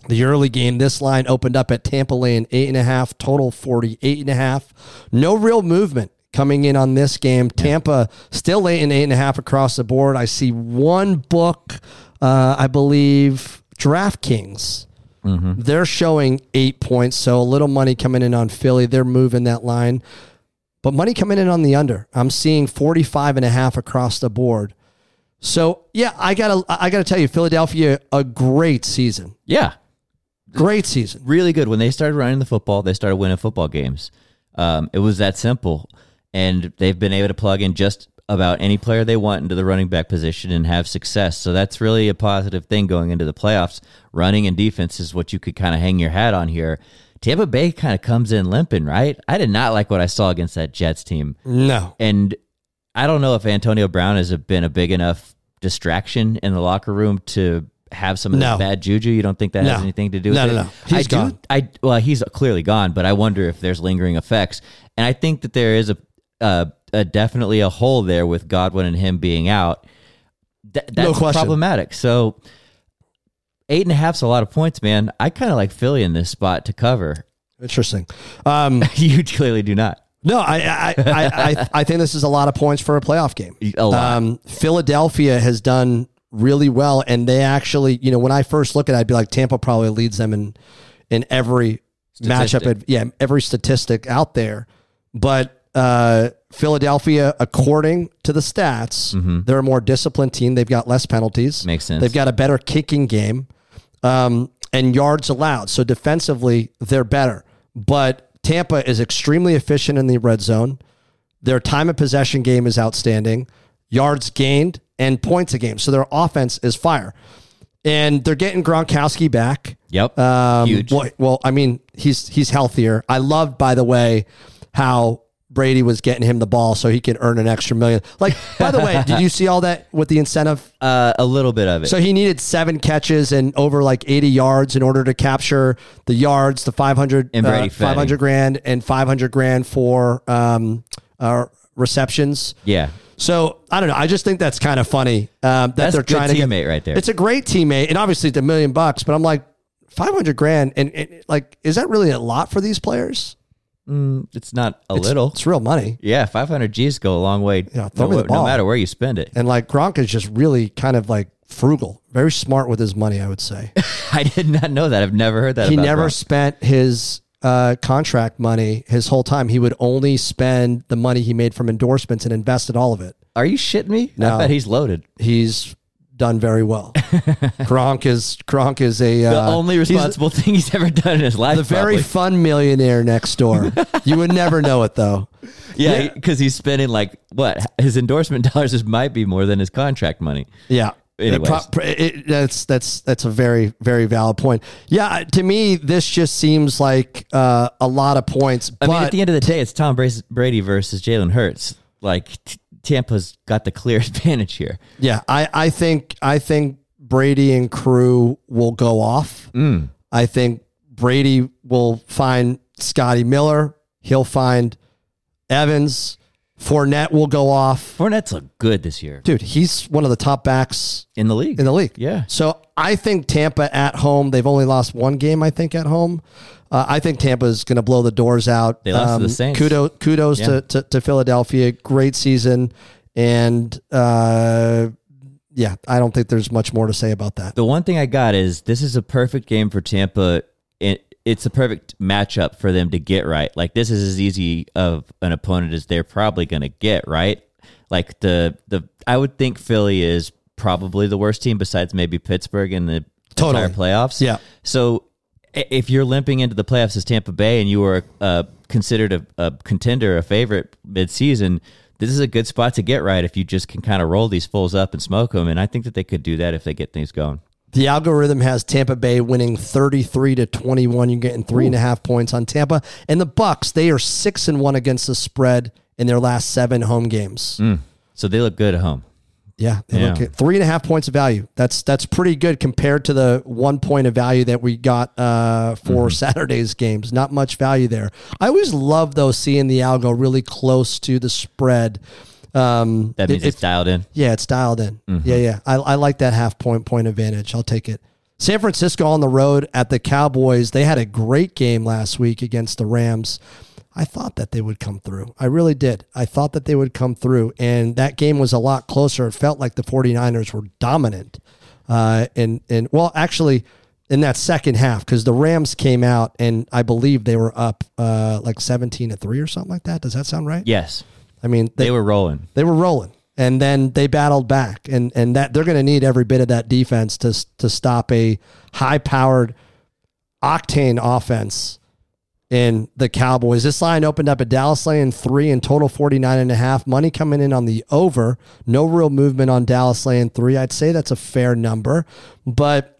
Speaker 2: the early game. This line opened up at Tampa Lane, eight and a half, total 48 and a half. No real movement coming in on this game. Tampa still eight and eight and a half across the board. I see one book, uh, I believe DraftKings.
Speaker 1: Mm-hmm.
Speaker 2: They're showing eight points, so a little money coming in on Philly. They're moving that line but money coming in on the under. I'm seeing 45 and a half across the board. So, yeah, I got to I got to tell you Philadelphia a great season.
Speaker 1: yeah.
Speaker 2: Great season.
Speaker 1: really good. When they started running the football, they started winning football games. Um, it was that simple, and they've been able to plug in just about any player they want into the running back position and have success. So that's really a positive thing going into the playoffs. Running and defense is what you could kind of hang your hat on here. Tampa Bay kind of comes in limping, right? I did not like what I saw against that Jets team.
Speaker 2: No.
Speaker 1: And I don't know if Antonio Brown has been a big enough distraction in the locker room to have some of
Speaker 2: No.
Speaker 1: that bad juju. You don't think that has
Speaker 2: No.
Speaker 1: anything to do with
Speaker 2: No,
Speaker 1: it?
Speaker 2: no, no.
Speaker 1: I
Speaker 2: He's
Speaker 1: do.
Speaker 2: gone.
Speaker 1: I well, he's clearly gone, but I wonder if there's lingering effects. And I think that there is a, uh a definitely a hole there with Godwin and him being out. Th- that's
Speaker 2: question.
Speaker 1: problematic. So eight and a half's a lot of points, man. I kind of like Philly in this spot to cover. [LAUGHS]
Speaker 2: Interesting. Um,
Speaker 1: you clearly do not.
Speaker 2: no, I I, I, I I think this is a lot of points for a playoff game.
Speaker 1: A lot.
Speaker 2: Um, Philadelphia has done really well, and they actually, you know, when I first look at, it, I'd be like, Tampa probably leads them in in every
Speaker 1: Statistic.
Speaker 2: matchup, yeah, every statistic out there. But uh, Philadelphia, according to the stats, they're a more disciplined team. They've got less penalties.
Speaker 1: Mm-hmm. Makes sense.
Speaker 2: They've got a better kicking game um, and yards allowed. So defensively, they're better. But Tampa is extremely efficient in the red zone. Their time of possession game is outstanding, yards gained, and points a game. So their offense is fire. And they're getting Gronkowski back.
Speaker 1: Yep.
Speaker 2: Um,
Speaker 1: Huge.
Speaker 2: Well, well, I mean, he's he's healthier. I loved, by the way, how Brady was getting him the ball so he could earn an extra million. Like, by the way, did you see all that with the incentive?
Speaker 1: Uh, a little bit of it.
Speaker 2: So he needed seven catches and over like 80 yards in order to capture the yards, the 500,
Speaker 1: And Brady fed him.
Speaker 2: 500 grand and 500 grand for um, uh, receptions.
Speaker 1: yeah.
Speaker 2: So I don't know. I just think that's kind of funny um, that
Speaker 1: That's
Speaker 2: they're
Speaker 1: a good
Speaker 2: trying to get-
Speaker 1: teammate right there.
Speaker 2: It's a great teammate, and obviously it's a million bucks. But I'm like, five hundred grand, and, and like, is that really a lot for these players?
Speaker 1: It's not a little.
Speaker 2: It's real money.
Speaker 1: Yeah, 500 G's go a long way.
Speaker 2: Yeah, throw
Speaker 1: no,
Speaker 2: me the
Speaker 1: no
Speaker 2: ball.
Speaker 1: matter where you spend it.
Speaker 2: [LAUGHS] And like Gronk is just really kind of like frugal, very smart with his money. I would say
Speaker 1: I did not know that. I've never heard that.
Speaker 2: he
Speaker 1: about
Speaker 2: never
Speaker 1: Gronk.
Speaker 2: spent his. Uh, contract money his whole time. He would only spend the money he made from endorsements and invested all of it.
Speaker 1: Are you shitting me? I
Speaker 2: No.
Speaker 1: bet he's loaded.
Speaker 2: He's done
Speaker 1: [LAUGHS]
Speaker 2: very well. Kronk is Kronk is a
Speaker 1: The
Speaker 2: uh,
Speaker 1: only
Speaker 2: he's
Speaker 1: responsible [LAUGHS] thing he's ever done in his life.
Speaker 2: the very
Speaker 1: probably.
Speaker 2: fun millionaire next door. you would never know it though.
Speaker 1: yeah, because he's spending like what his endorsement [LAUGHS] dollars is might be more than his contract money.
Speaker 2: Yeah.
Speaker 1: [LAUGHS]
Speaker 2: It
Speaker 1: Anyways.
Speaker 2: pro- pr- it- that's that's that's a very very valid point. Yeah, to me, this just seems like uh, a lot of points.
Speaker 1: I
Speaker 2: But
Speaker 1: mean, at the end of the day, it's Tom Bra- Brady versus Jalen Hurts. Like t- Tampa's got the clear [LAUGHS] advantage here.
Speaker 2: yeah, I, I think I think Brady and crew will go off. I think Brady will find Scotty Miller. He'll find Evans. Fournette will go off.
Speaker 1: Fournette's looked good this year
Speaker 2: Dude, he's one of the top backs
Speaker 1: in the league.
Speaker 2: in the league.
Speaker 1: yeah,
Speaker 2: So I think Tampa at home, they've only lost one game, I think, at home. Uh, I think Tampa is going to blow the doors out.
Speaker 1: They lost to the Saints.
Speaker 2: Kudos, kudos to, to, to Philadelphia. Great season. And uh, yeah, I don't think there's much more to say about that.
Speaker 1: the one thing I got is this is a perfect game for Tampa. It, it's a perfect matchup for them to get right. Like this is as easy of an opponent as they're probably going to get right. Like the the I would think Philly is probably the worst team besides maybe Pittsburgh in the
Speaker 2: Totally.
Speaker 1: entire playoffs.
Speaker 2: Yeah.
Speaker 1: So i- if you're limping into the playoffs as Tampa Bay and you were uh, considered a, a contender, a favorite midseason, this is a good spot to get right if you just can kind of roll these fools up and smoke them. And I think that they could do that if they get things going.
Speaker 2: The algorithm has Tampa Bay winning 33 to 21. You're getting three and a half points on Tampa. And the Bucks, they are six and one against the spread in their last seven home games.
Speaker 1: So they look good at home.
Speaker 2: Yeah, they
Speaker 1: Yeah.
Speaker 2: look at three and a half points of value. That's that's pretty good compared to the one point of value that we got uh, for Saturday's games. Not much value there. I always love though seeing the algo really close to the spread. Um,
Speaker 1: That
Speaker 2: it-
Speaker 1: means
Speaker 2: it-
Speaker 1: it's dialed in.
Speaker 2: yeah, it's dialed in. Yeah, yeah. I, I like that half point point advantage. I'll take it. San Francisco on the road at the Cowboys. They had a great game last week against the Rams. I thought that they would come through. I really did. I thought that they would come through. And that game was a lot closer. It felt like the 49ers were dominant. Uh, and, and well, actually, in that second half, because the Rams came out and I believe they were up uh, like 17 to 3 or something like that. Does that sound right?
Speaker 1: Yes,
Speaker 2: I mean,
Speaker 1: they were rolling.
Speaker 2: they were rolling and then they battled back and and that they're going to need every bit of that defense to to stop a high powered octane offense in the Cowboys. This line opened up at Dallas Lane 3 and total 49 and a half. Money coming in on the over. No real movement on Dallas Lane 3. I'd say that's a fair number, but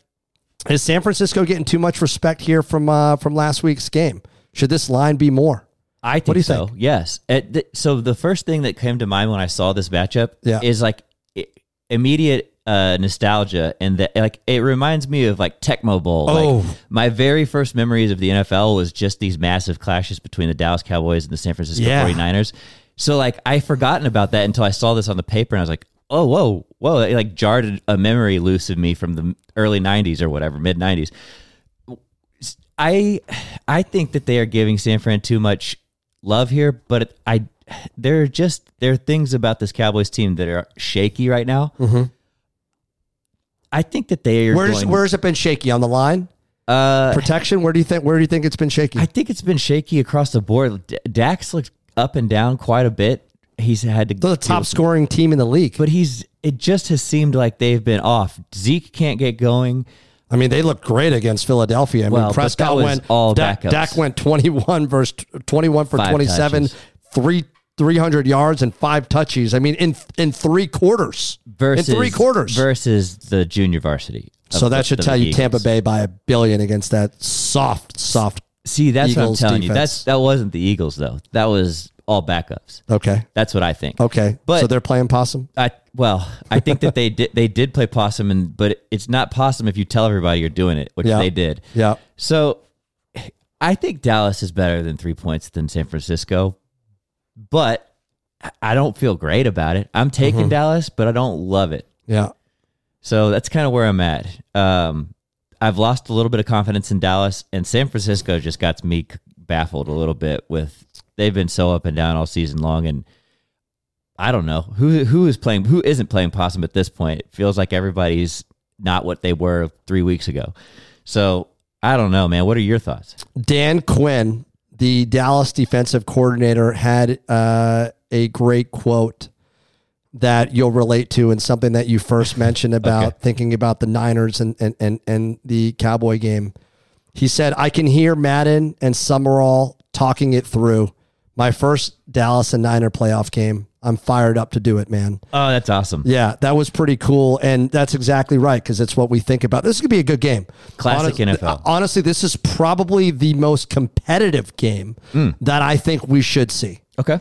Speaker 2: is San Francisco getting too much respect here from uh, from last week's game? Should this line be more?
Speaker 1: I think
Speaker 2: do you
Speaker 1: so. Yes. At the- so the first thing that came to mind when I saw this matchup
Speaker 2: Yeah.
Speaker 1: is like i immediate uh, nostalgia, and that like it reminds me of like Tecmo Bowl.
Speaker 2: Oh.
Speaker 1: Like my very first memories of the NFL was just these massive clashes between the Dallas Cowboys and the San Francisco
Speaker 2: Yeah.
Speaker 1: 49ers. So like I forgotten about that until I saw this on the paper, and I was like. Oh whoa whoa! It like jarred a memory loose of me from the early '90s or whatever, mid '90s. I I think that they are giving San Fran too much love here, but I there are just there are things about this Cowboys team that are shaky right now. I think that they are.
Speaker 2: Mm-hmm. Where's
Speaker 1: going-
Speaker 2: where's it been shaky on the line?
Speaker 1: uh,
Speaker 2: Protection, where do you think where do you think it's been shaky?
Speaker 1: I think it's been shaky across the board. D- Dax looked up and down quite a bit. He's had to
Speaker 2: They're the top scoring team in the league.
Speaker 1: but he's it just has seemed like they've been off. Zeke can't get going.
Speaker 2: I mean, they looked great against Philadelphia. I
Speaker 1: Well,
Speaker 2: mean,
Speaker 1: but
Speaker 2: Prescott
Speaker 1: that was
Speaker 2: went
Speaker 1: all
Speaker 2: Dak,
Speaker 1: backups.
Speaker 2: Dak went 21 versus 21 for
Speaker 1: Five
Speaker 2: 27,
Speaker 1: touches.
Speaker 2: three 300 yards and five touches. I mean, in in three quarters.
Speaker 1: Versus
Speaker 2: in three quarters.
Speaker 1: versus the junior varsity. of
Speaker 2: so that
Speaker 1: the-
Speaker 2: should
Speaker 1: the
Speaker 2: tell you
Speaker 1: Eagles.
Speaker 2: Tampa Bay by a billion against that soft soft.
Speaker 1: See, that's
Speaker 2: Eagles
Speaker 1: what I'm telling you.
Speaker 2: defense.
Speaker 1: That's that wasn't the Eagles though. That was all backups.
Speaker 2: Okay.
Speaker 1: That's what I think.
Speaker 2: Okay.
Speaker 1: But-
Speaker 2: so they're playing possum.
Speaker 1: I well, I think that they did they did play possum, and but it's not possum if you tell everybody you're doing it, which
Speaker 2: Yeah.
Speaker 1: they did.
Speaker 2: Yeah.
Speaker 1: So I think Dallas is better than three points than San Francisco, but I don't feel great about it. I'm taking
Speaker 2: Mm-hmm.
Speaker 1: Dallas, but I don't love it.
Speaker 2: Yeah.
Speaker 1: So that's kind of where I'm at. Um, I've lost a little bit of confidence in Dallas, and San Francisco just got me c- baffled a little bit with they've been so up and down all season long, and I don't know who who is playing who isn't playing possum at this point. It feels like everybody's not what they were three weeks ago. So I don't know, man. What are your thoughts?
Speaker 2: Dan Quinn, the Dallas defensive coordinator, had uh, a great quote. that you'll relate to and something that you first mentioned about thinking about the Niners and, and, and, and the Cowboy game. He said, I can hear Madden and Summerall talking it through. My first Dallas and Niner playoff game. I'm fired up to do it, man.
Speaker 1: Oh, that's awesome.
Speaker 2: Yeah, that was pretty cool, and that's exactly right because it's what we think about. This could be a good game. uh,
Speaker 1: Classic NFL.
Speaker 2: Honestly, this is probably the most competitive game that I think we should see.
Speaker 1: Okay.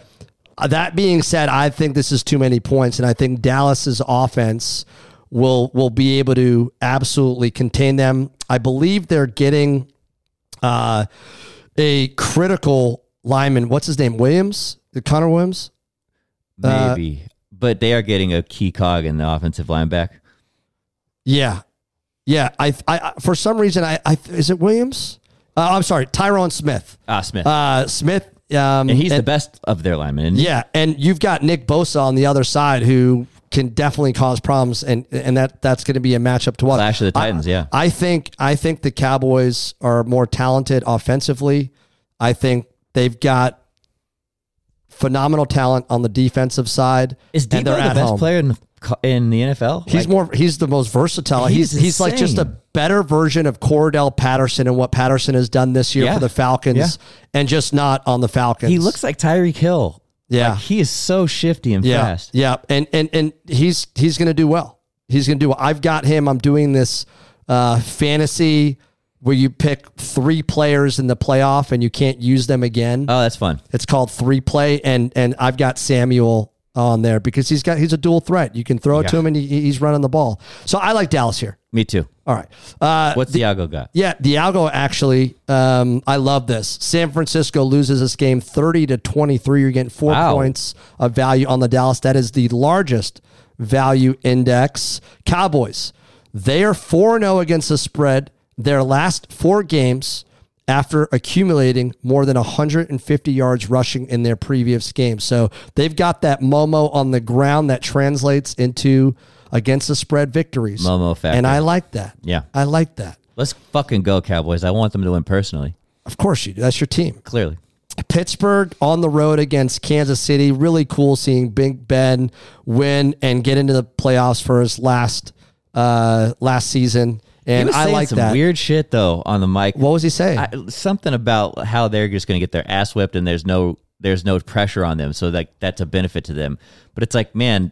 Speaker 2: Uh, That being said, I think this is too many points, and I think Dallas's offense will will be able to absolutely contain them. I believe they're getting uh, a critical lineman. What's his name? Williams, Connor Williams. Uh,
Speaker 1: Maybe. but they are getting a key cog in the offensive line back.
Speaker 2: Yeah, yeah. I, I, I for some reason, I, I is it Williams? Uh, I'm sorry, Tyrone Smith.
Speaker 1: Ah, Smith.
Speaker 2: Uh, Smith. Um,
Speaker 1: and he's the best of their linemen. isn't he?
Speaker 2: yeah, and you've got Nick Bosa on the other side who can definitely cause problems, and and that that's going to be a matchup to watch.
Speaker 1: Clash of the Titans,
Speaker 2: I,
Speaker 1: yeah.
Speaker 2: I think I think the Cowboys are more talented offensively. I think they've got phenomenal talent on the defensive side.
Speaker 1: Is Debo
Speaker 2: and they're
Speaker 1: the
Speaker 2: at
Speaker 1: best
Speaker 2: home.
Speaker 1: player in the, co- in the NFL?
Speaker 2: He's
Speaker 1: Like,
Speaker 2: more. He's the most versatile.
Speaker 1: He's
Speaker 2: He's he's, like just a
Speaker 1: insane.
Speaker 2: better version of Cordell Patterson and what Patterson has done this year
Speaker 1: Yeah.
Speaker 2: for the Falcons,
Speaker 1: Yeah.
Speaker 2: and just not on the Falcons.
Speaker 1: he looks like Tyreek Hill.
Speaker 2: Yeah.
Speaker 1: Like, he is so shifty and
Speaker 2: yeah,
Speaker 1: fast.
Speaker 2: yeah, and and and he's he's going to do well. He's going to do. Well. I've got him. I'm doing this uh, fantasy where you pick three players in the playoff and you can't use them again.
Speaker 1: Oh, that's fun.
Speaker 2: It's called three play, and and I've got Samuel on there because he's got he's a dual threat. You can throw it to
Speaker 1: Yeah.
Speaker 2: him, and he, he's running the ball. So I like Dallas here.
Speaker 1: Me too.
Speaker 2: All right. Uh,
Speaker 1: What's Diago got?
Speaker 2: yeah, the algo actually. Um, I love this. San Francisco loses this game 30 to 23. You're getting four
Speaker 1: Wow.
Speaker 2: points of value on the Dallas. That is the largest value index. Cowboys, they are 4 0 against the spread. Their last four games after accumulating more than 150 yards rushing in their previous game. So they've got that Momo on the ground that translates into against the spread victories.
Speaker 1: Momo factor.
Speaker 2: And I like that.
Speaker 1: Yeah.
Speaker 2: I like that.
Speaker 1: Let's fucking go, Cowboys. I want them to win personally.
Speaker 2: Of course you do. That's your team.
Speaker 1: Clearly.
Speaker 2: Pittsburgh on the road against Kansas City. Really cool seeing Big Ben win and get into the playoffs for his last uh, last season.
Speaker 1: He
Speaker 2: And
Speaker 1: was
Speaker 2: I
Speaker 1: saying
Speaker 2: like
Speaker 1: some
Speaker 2: that.
Speaker 1: weird shit though on the mic.
Speaker 2: what was he saying?
Speaker 1: I, something about how they're just going to get their ass whipped and there's no there's no pressure on them, so like that's a benefit to them. But it's like, man,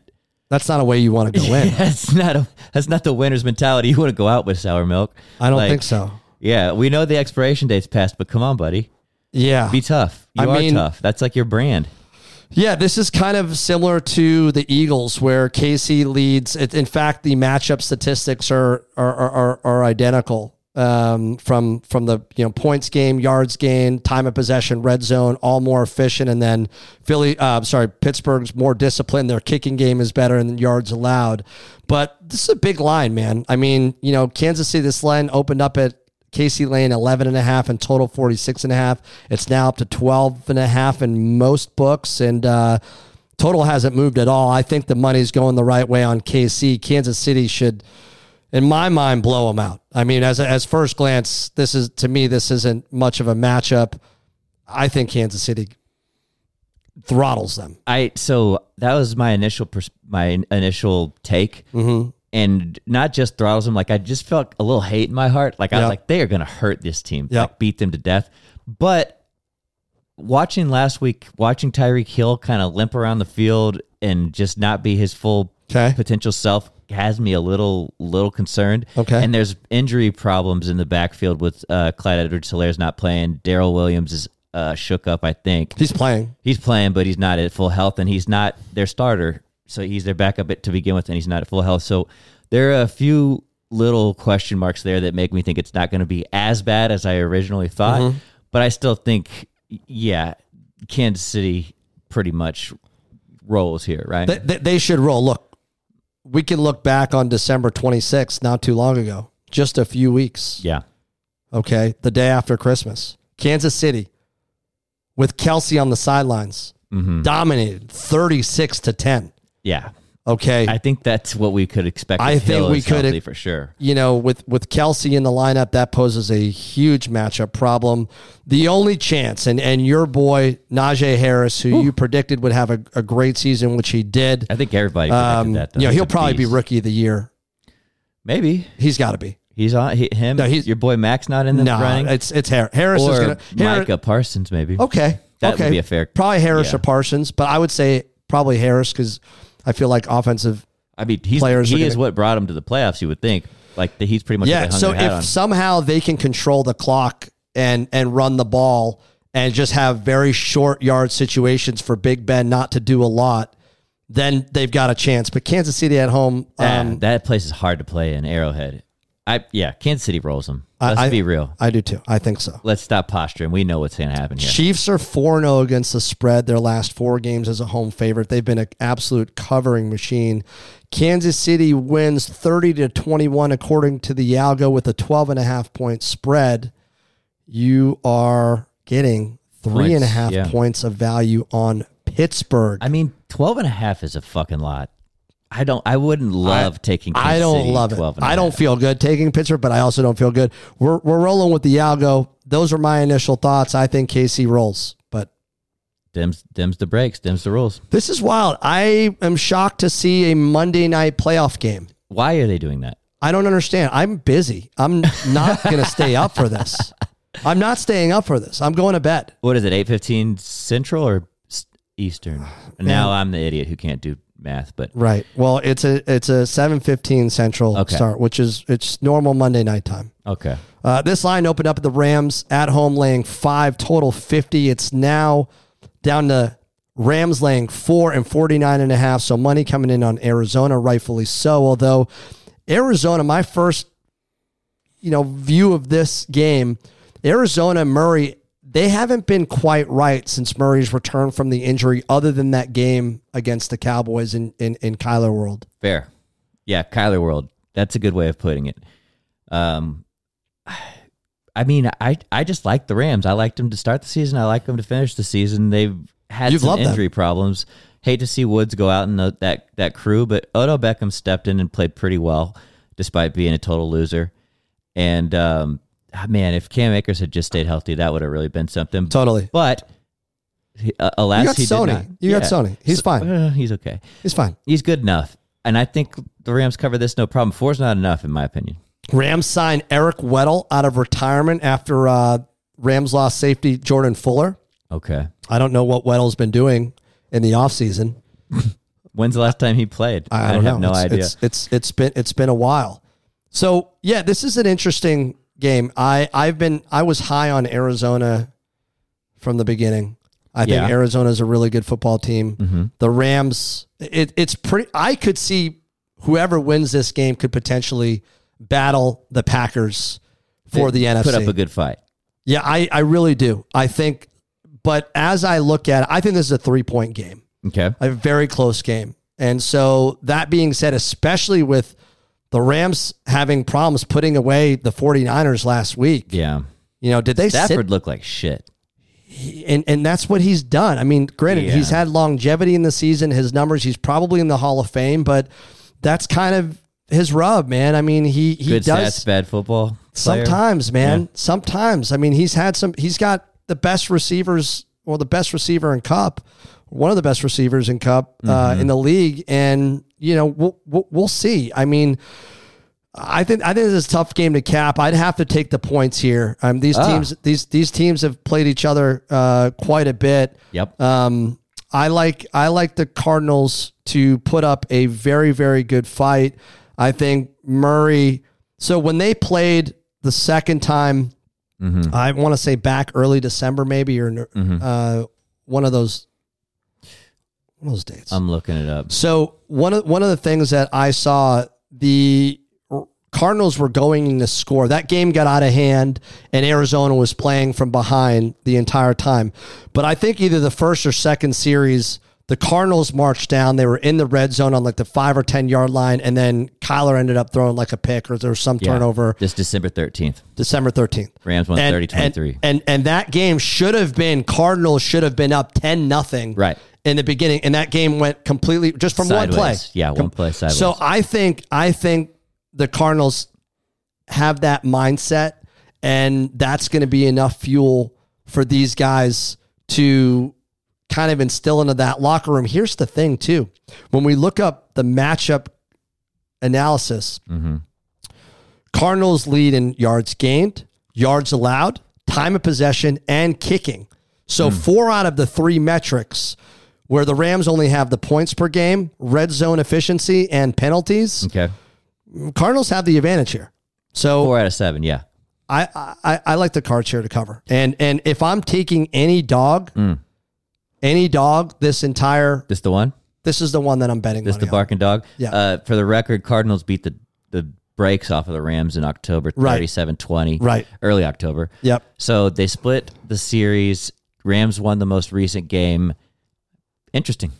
Speaker 2: That's not a way you want to go in.
Speaker 1: [LAUGHS] that's not a that's not the winner's mentality. You want to go out with sour milk.
Speaker 2: I don't
Speaker 1: Like,
Speaker 2: think so.
Speaker 1: Yeah, we know the expiration date's passed, but come on, buddy,
Speaker 2: Yeah.
Speaker 1: be tough. You
Speaker 2: I
Speaker 1: are
Speaker 2: mean-
Speaker 1: tough. That's like your brand.
Speaker 2: Yeah, this is kind of similar to the Eagles, where KC leads. It, in fact, the matchup statistics are are are, are, are identical um, from from the you know points game, yards gain, time of possession, red zone, all more efficient. And then Philly, uh, sorry, Pittsburgh's more disciplined. Their kicking game is better, and yards allowed. But this is a big line, man. I mean, you know, Kansas City. This line opened up at Casey Lane 11 and a half and total 46 and a half. It's now up to 12 and a half in most books and uh total hasn't moved at all. I think the money's going the right way on KC. Kansas City should in my mind blow them out. I mean as as first glance this is to me this isn't much of a matchup. I think Kansas City throttles them.
Speaker 1: I so that was my initial pers- my initial take, mm-hmm. and not just throttles them. Like I just felt a little hate in my heart. Like I
Speaker 2: Yeah.
Speaker 1: was like, they are gonna hurt this team,
Speaker 2: Yeah.
Speaker 1: like beat them to death. But watching last week, watching Tyreek Hill kind of limp around the field and just not be his full
Speaker 2: Okay.
Speaker 1: potential self has me a little little concerned.
Speaker 2: Okay.
Speaker 1: and there's injury problems in the backfield with uh, Clyde edwards hilaire's not playing. Daryl Williams is uh, shook up, I think
Speaker 2: He's playing.
Speaker 1: he's playing, but he's not at full health, and he's not their starter. So he's their backup at- to begin with, and he's not at full health. So there are a few little question marks there that make me think it's not going to be as bad as I originally thought.
Speaker 2: Mm-hmm.
Speaker 1: But I still think, yeah, Kansas City pretty much rolls here, right?
Speaker 2: They, they, they should roll. Look, we can look back on December 26th, not too long ago, just a few weeks.
Speaker 1: yeah,
Speaker 2: okay, the day after Christmas, Kansas City,
Speaker 1: Mm-hmm.
Speaker 2: with Kelsey on the sidelines, dominated 36 to 10.
Speaker 1: yeah.
Speaker 2: Okay.
Speaker 1: I think that's what we could expect.
Speaker 2: I
Speaker 1: if
Speaker 2: think
Speaker 1: Hill
Speaker 2: we
Speaker 1: is
Speaker 2: could-
Speaker 1: healthy for sure.
Speaker 2: you know, with with Kelsey in the lineup, that poses a huge matchup problem. The only chance, and and your boy Najee Harris, who you predicted would have a, a great season, which he did.
Speaker 1: I think everybody predicted
Speaker 2: Um,
Speaker 1: that. Though.
Speaker 2: you know,
Speaker 1: He's
Speaker 2: he'll
Speaker 1: a
Speaker 2: probably be
Speaker 1: beast.
Speaker 2: rookie of the year.
Speaker 1: Maybe
Speaker 2: He's got to be.
Speaker 1: he's on he, him.
Speaker 2: No, he's-
Speaker 1: your boy Max not in the
Speaker 2: No,
Speaker 1: running,
Speaker 2: it's it's Har- Harris is
Speaker 1: or
Speaker 2: gonna Oh, Har-
Speaker 1: Micah Parsons. Maybe
Speaker 2: Okay,
Speaker 1: That would
Speaker 2: okay,
Speaker 1: be a fair-
Speaker 2: Probably Harris
Speaker 1: yeah.
Speaker 2: or Parsons, but I would say probably Harris because I feel like offensive
Speaker 1: I mean he's
Speaker 2: Players
Speaker 1: he
Speaker 2: are
Speaker 1: is
Speaker 2: gonna-
Speaker 1: what brought him to the playoffs. You would think like that he's pretty much
Speaker 2: Yeah.
Speaker 1: what they hung
Speaker 2: So
Speaker 1: their hat on.
Speaker 2: if somehow they can control the clock and and run the ball and just have very short yard situations for Big Ben not to do a lot, then they've got a chance. But Kansas City at home,
Speaker 1: Ah,
Speaker 2: um,
Speaker 1: that place is hard to play in Arrowhead. I yeah, Kansas City rolls them. Let's
Speaker 2: I-
Speaker 1: be real.
Speaker 2: I do too. I think so.
Speaker 1: Let's stop posturing. We know what's going to happen here.
Speaker 2: Chiefs are 4 0 against the spread their last four games as a home favorite. They've been an absolute covering machine. Kansas City wins 30 to 21, according to the Algo, with a 12 and a half point spread. You are getting three and a
Speaker 1: Points,
Speaker 2: half
Speaker 1: yeah.
Speaker 2: points of value on Pittsburgh.
Speaker 1: I mean, 12 and a half is a fucking lot. I don't. I wouldn't love taking. Kansas
Speaker 2: I don't
Speaker 1: City
Speaker 2: love
Speaker 1: 12
Speaker 2: it.
Speaker 1: and a
Speaker 2: I don't
Speaker 1: half.
Speaker 2: feel good taking Pittsburgh, but I also don't feel good. We're, we're rolling with the Algo. Those are my initial thoughts. I think KC rolls, but
Speaker 1: Dims, dims the breaks. Dims the rules.
Speaker 2: This is wild. I am shocked to see a Monday night playoff game.
Speaker 1: Why are they doing that?
Speaker 2: I don't understand. I'm busy. I'm not going to stay up for this. I'm not staying up for this. I'm going to bed.
Speaker 1: What is it? Eight fifteen Central or s- Eastern? Now I'm the idiot who can't do math. But
Speaker 2: Right. Well, it's a it's a 7:15 Central
Speaker 1: Okay.
Speaker 2: start, which is it's normal Monday night time.
Speaker 1: okay,
Speaker 2: Uh, this line opened up at the Rams at home laying five, total 50. It's now down to Rams laying four and 49 and a half. So money coming in on Arizona, rightfully so. Although Arizona, my first, you know, view of this game, Arizona, Murray, they haven't been quite right since Murray's return from the injury, other than that game against the Cowboys in, in, in Kyler World.
Speaker 1: fair. Yeah, Kyler World. That's a good way of putting it. Um, I mean, I I just like the Rams. I liked them to start the season. I like them to finish the season. They've had
Speaker 2: You've
Speaker 1: some
Speaker 2: loved them.
Speaker 1: injury problems. Hate to see Woods go out in the, that that crew, but Odo Beckham stepped in and played pretty well, despite being a total loser. And um, ah, man, if Cam Akers had just stayed healthy, that would have really been something.
Speaker 2: Totally.
Speaker 1: But he- uh, alas,
Speaker 2: You got
Speaker 1: he did
Speaker 2: Sony.
Speaker 1: not.
Speaker 2: You got Sony. He's fine.
Speaker 1: uh, he's okay.
Speaker 2: It's fine.
Speaker 1: He's good enough, and I think the Rams cover this no problem. Four's not enough, in my opinion.
Speaker 2: Rams sign Eric Weddle out of retirement after uh, Rams lost safety Jordan Fuller.
Speaker 1: Okay.
Speaker 2: I don't know what Weddle's been doing in the offseason.
Speaker 1: When's the last time he played?
Speaker 2: I, I don't
Speaker 1: have
Speaker 2: know.
Speaker 1: no
Speaker 2: it's,
Speaker 1: idea.
Speaker 2: It's, it's it's been it's been a while. So yeah, this is an interesting game. I I've been I was high on Arizona from the beginning. I think
Speaker 1: Yeah. Mm-hmm.
Speaker 2: Arizona's a really good football team. The Rams, it, it's pretty. I could see whoever wins this game could potentially battle the Packers for the NFC.
Speaker 1: Put up a good fight.
Speaker 2: Yeah, I, I really do. I think, but as I look at it, I think this is a three point game,
Speaker 1: Okay.
Speaker 2: a very close game. And so, that being said, especially with the Rams having problems putting away the 49ers last week,
Speaker 1: Yeah.
Speaker 2: you know, did they
Speaker 1: Stafford looked like shit.
Speaker 2: sit? And, and that's what he's done. I mean, granted,
Speaker 1: Yeah.
Speaker 2: he's had longevity in the season, his numbers, he's probably in the Hall of Fame, but that's kind of his rub, man. I mean, he, he
Speaker 1: Good
Speaker 2: does.
Speaker 1: stats, bad football. player.
Speaker 2: Sometimes, man. Sometimes. I mean, he's had some. He's got the best receivers, or the best receiver in Cup, one of the best receivers in Cup uh, in the league. And you know, we'll, we'll we'll see. I mean, I think I think this is a tough game to cap. I'd have to take the points here. Um, these teams these these teams have played each other uh, quite a bit.
Speaker 1: Yep.
Speaker 2: Um, I like I like the Cardinals to put up a very very good fight. I think Murray. So when they played the second time, I want to say back early December maybe or uh, one of those one of those dates.
Speaker 1: I'm looking it up.
Speaker 2: So one of one of the things that I saw the Cardinals were going to score. That game got out of hand, and Arizona was playing from behind the entire time. But I think either the first or second series, the Cardinals marched down. They were in the red zone on like the five or ten yard line, and then Kyler ended up throwing like a pick, or there was some
Speaker 1: Yeah.
Speaker 2: turnover.
Speaker 1: This December 13th.
Speaker 2: December thirteenth.
Speaker 1: Rams won 30 23.
Speaker 2: And, and and that game should have been Cardinals should have been up ten nothing.
Speaker 1: Right.
Speaker 2: in the beginning, and that game went completely just from
Speaker 1: Sideways.
Speaker 2: one play.
Speaker 1: Yeah, one
Speaker 2: Com-
Speaker 1: play sideways.
Speaker 2: So I think I think the Cardinals have that mindset, and that's going to be enough fuel for these guys to kind of instill into that locker room. Here's the thing, too: when we look up the matchup analysis,
Speaker 1: Mm-hmm.
Speaker 2: Cardinals lead in yards gained, yards allowed, time of possession, and kicking. So
Speaker 1: Hmm.
Speaker 2: four out of the three metrics where the Rams only have the points per game, red zone efficiency, and penalties,
Speaker 1: okay.
Speaker 2: Cardinals have the advantage here. So
Speaker 1: Four out of seven. Yeah.
Speaker 2: I, I- I I like the card share to cover. And and if I'm taking any dog,
Speaker 1: Hmm.
Speaker 2: any dog this entire
Speaker 1: This the one?
Speaker 2: this is the one that I'm betting
Speaker 1: This
Speaker 2: money
Speaker 1: the
Speaker 2: on.
Speaker 1: barking dog?
Speaker 2: Oh, Yeah.
Speaker 1: Uh, for the record, Cardinals beat the, the breaks off of the Rams in October
Speaker 2: Right.
Speaker 1: 37 20.
Speaker 2: Right.
Speaker 1: Early October.
Speaker 2: Yep.
Speaker 1: So they split the series. Rams won the most recent game. Interesting.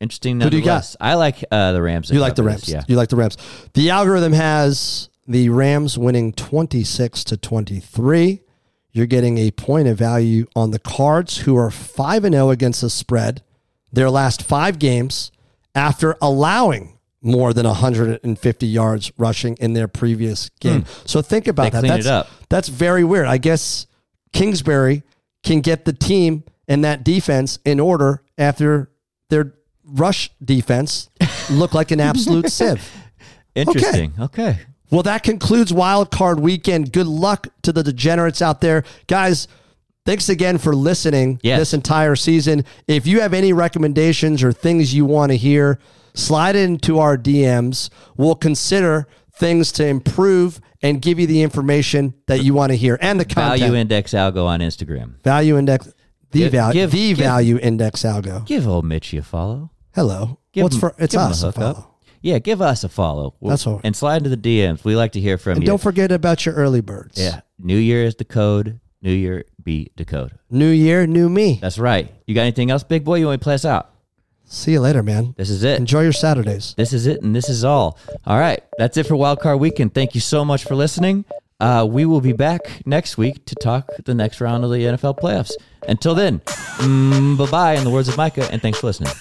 Speaker 1: Interesting.
Speaker 2: do you got?
Speaker 1: nonetheless. I like uh, the Rams.
Speaker 2: You like the Rams.
Speaker 1: Yeah.
Speaker 2: You like the Rams. The algorithm has the Rams winning 26 to 23. You're getting a point of value on the Cards, who are 5 and 0 against the spread. Their last five games after allowing more than 150 yards rushing in their previous game. So think about that.
Speaker 1: cleaned
Speaker 2: that's,
Speaker 1: Hmm. it up.
Speaker 2: that's very weird. I guess Kingsbury can get the team and that defense in order after their rush
Speaker 1: [LAUGHS]
Speaker 2: defense look like an absolute sieve.
Speaker 1: Interesting. Okay.
Speaker 2: Well, that concludes Wild Card Weekend. Good luck to the degenerates out there, guys. Thanks again for listening
Speaker 1: Yes.
Speaker 2: this entire season. If you have any recommendations or things you want to hear, slide into our DMs. We'll consider things to improve and give you the information that you want to hear and the content.
Speaker 1: Value index algo on Instagram.
Speaker 2: Value index, the
Speaker 1: Give-
Speaker 2: value,
Speaker 1: give-
Speaker 2: the
Speaker 1: give-
Speaker 2: value index algo.
Speaker 1: Give old Mitchie a follow.
Speaker 2: Hello,
Speaker 1: Give
Speaker 2: what's
Speaker 1: him-
Speaker 2: for? It's
Speaker 1: give him
Speaker 2: us.
Speaker 1: a
Speaker 2: to
Speaker 1: hookup.
Speaker 2: follow.
Speaker 1: Yeah, give us a follow. We'll-
Speaker 2: That's all.
Speaker 1: And slide into the DMs. We like to hear from you.
Speaker 2: Don't forget about your early birds.
Speaker 1: yeah. New Year is the code. New Year be the code.
Speaker 2: New year, new me.
Speaker 1: That's right. You got anything else, big boy? You want to play us out?
Speaker 2: See you later, man.
Speaker 1: This is it.
Speaker 2: Enjoy your Saturdays.
Speaker 1: This is it, and this is all. All right. That's it for Wild Card Weekend. Thank you so much for listening. Uh, we will be back next week to talk the next round of the NFL playoffs. Until then, mm, bye bye, in the words of Micah, and thanks for listening.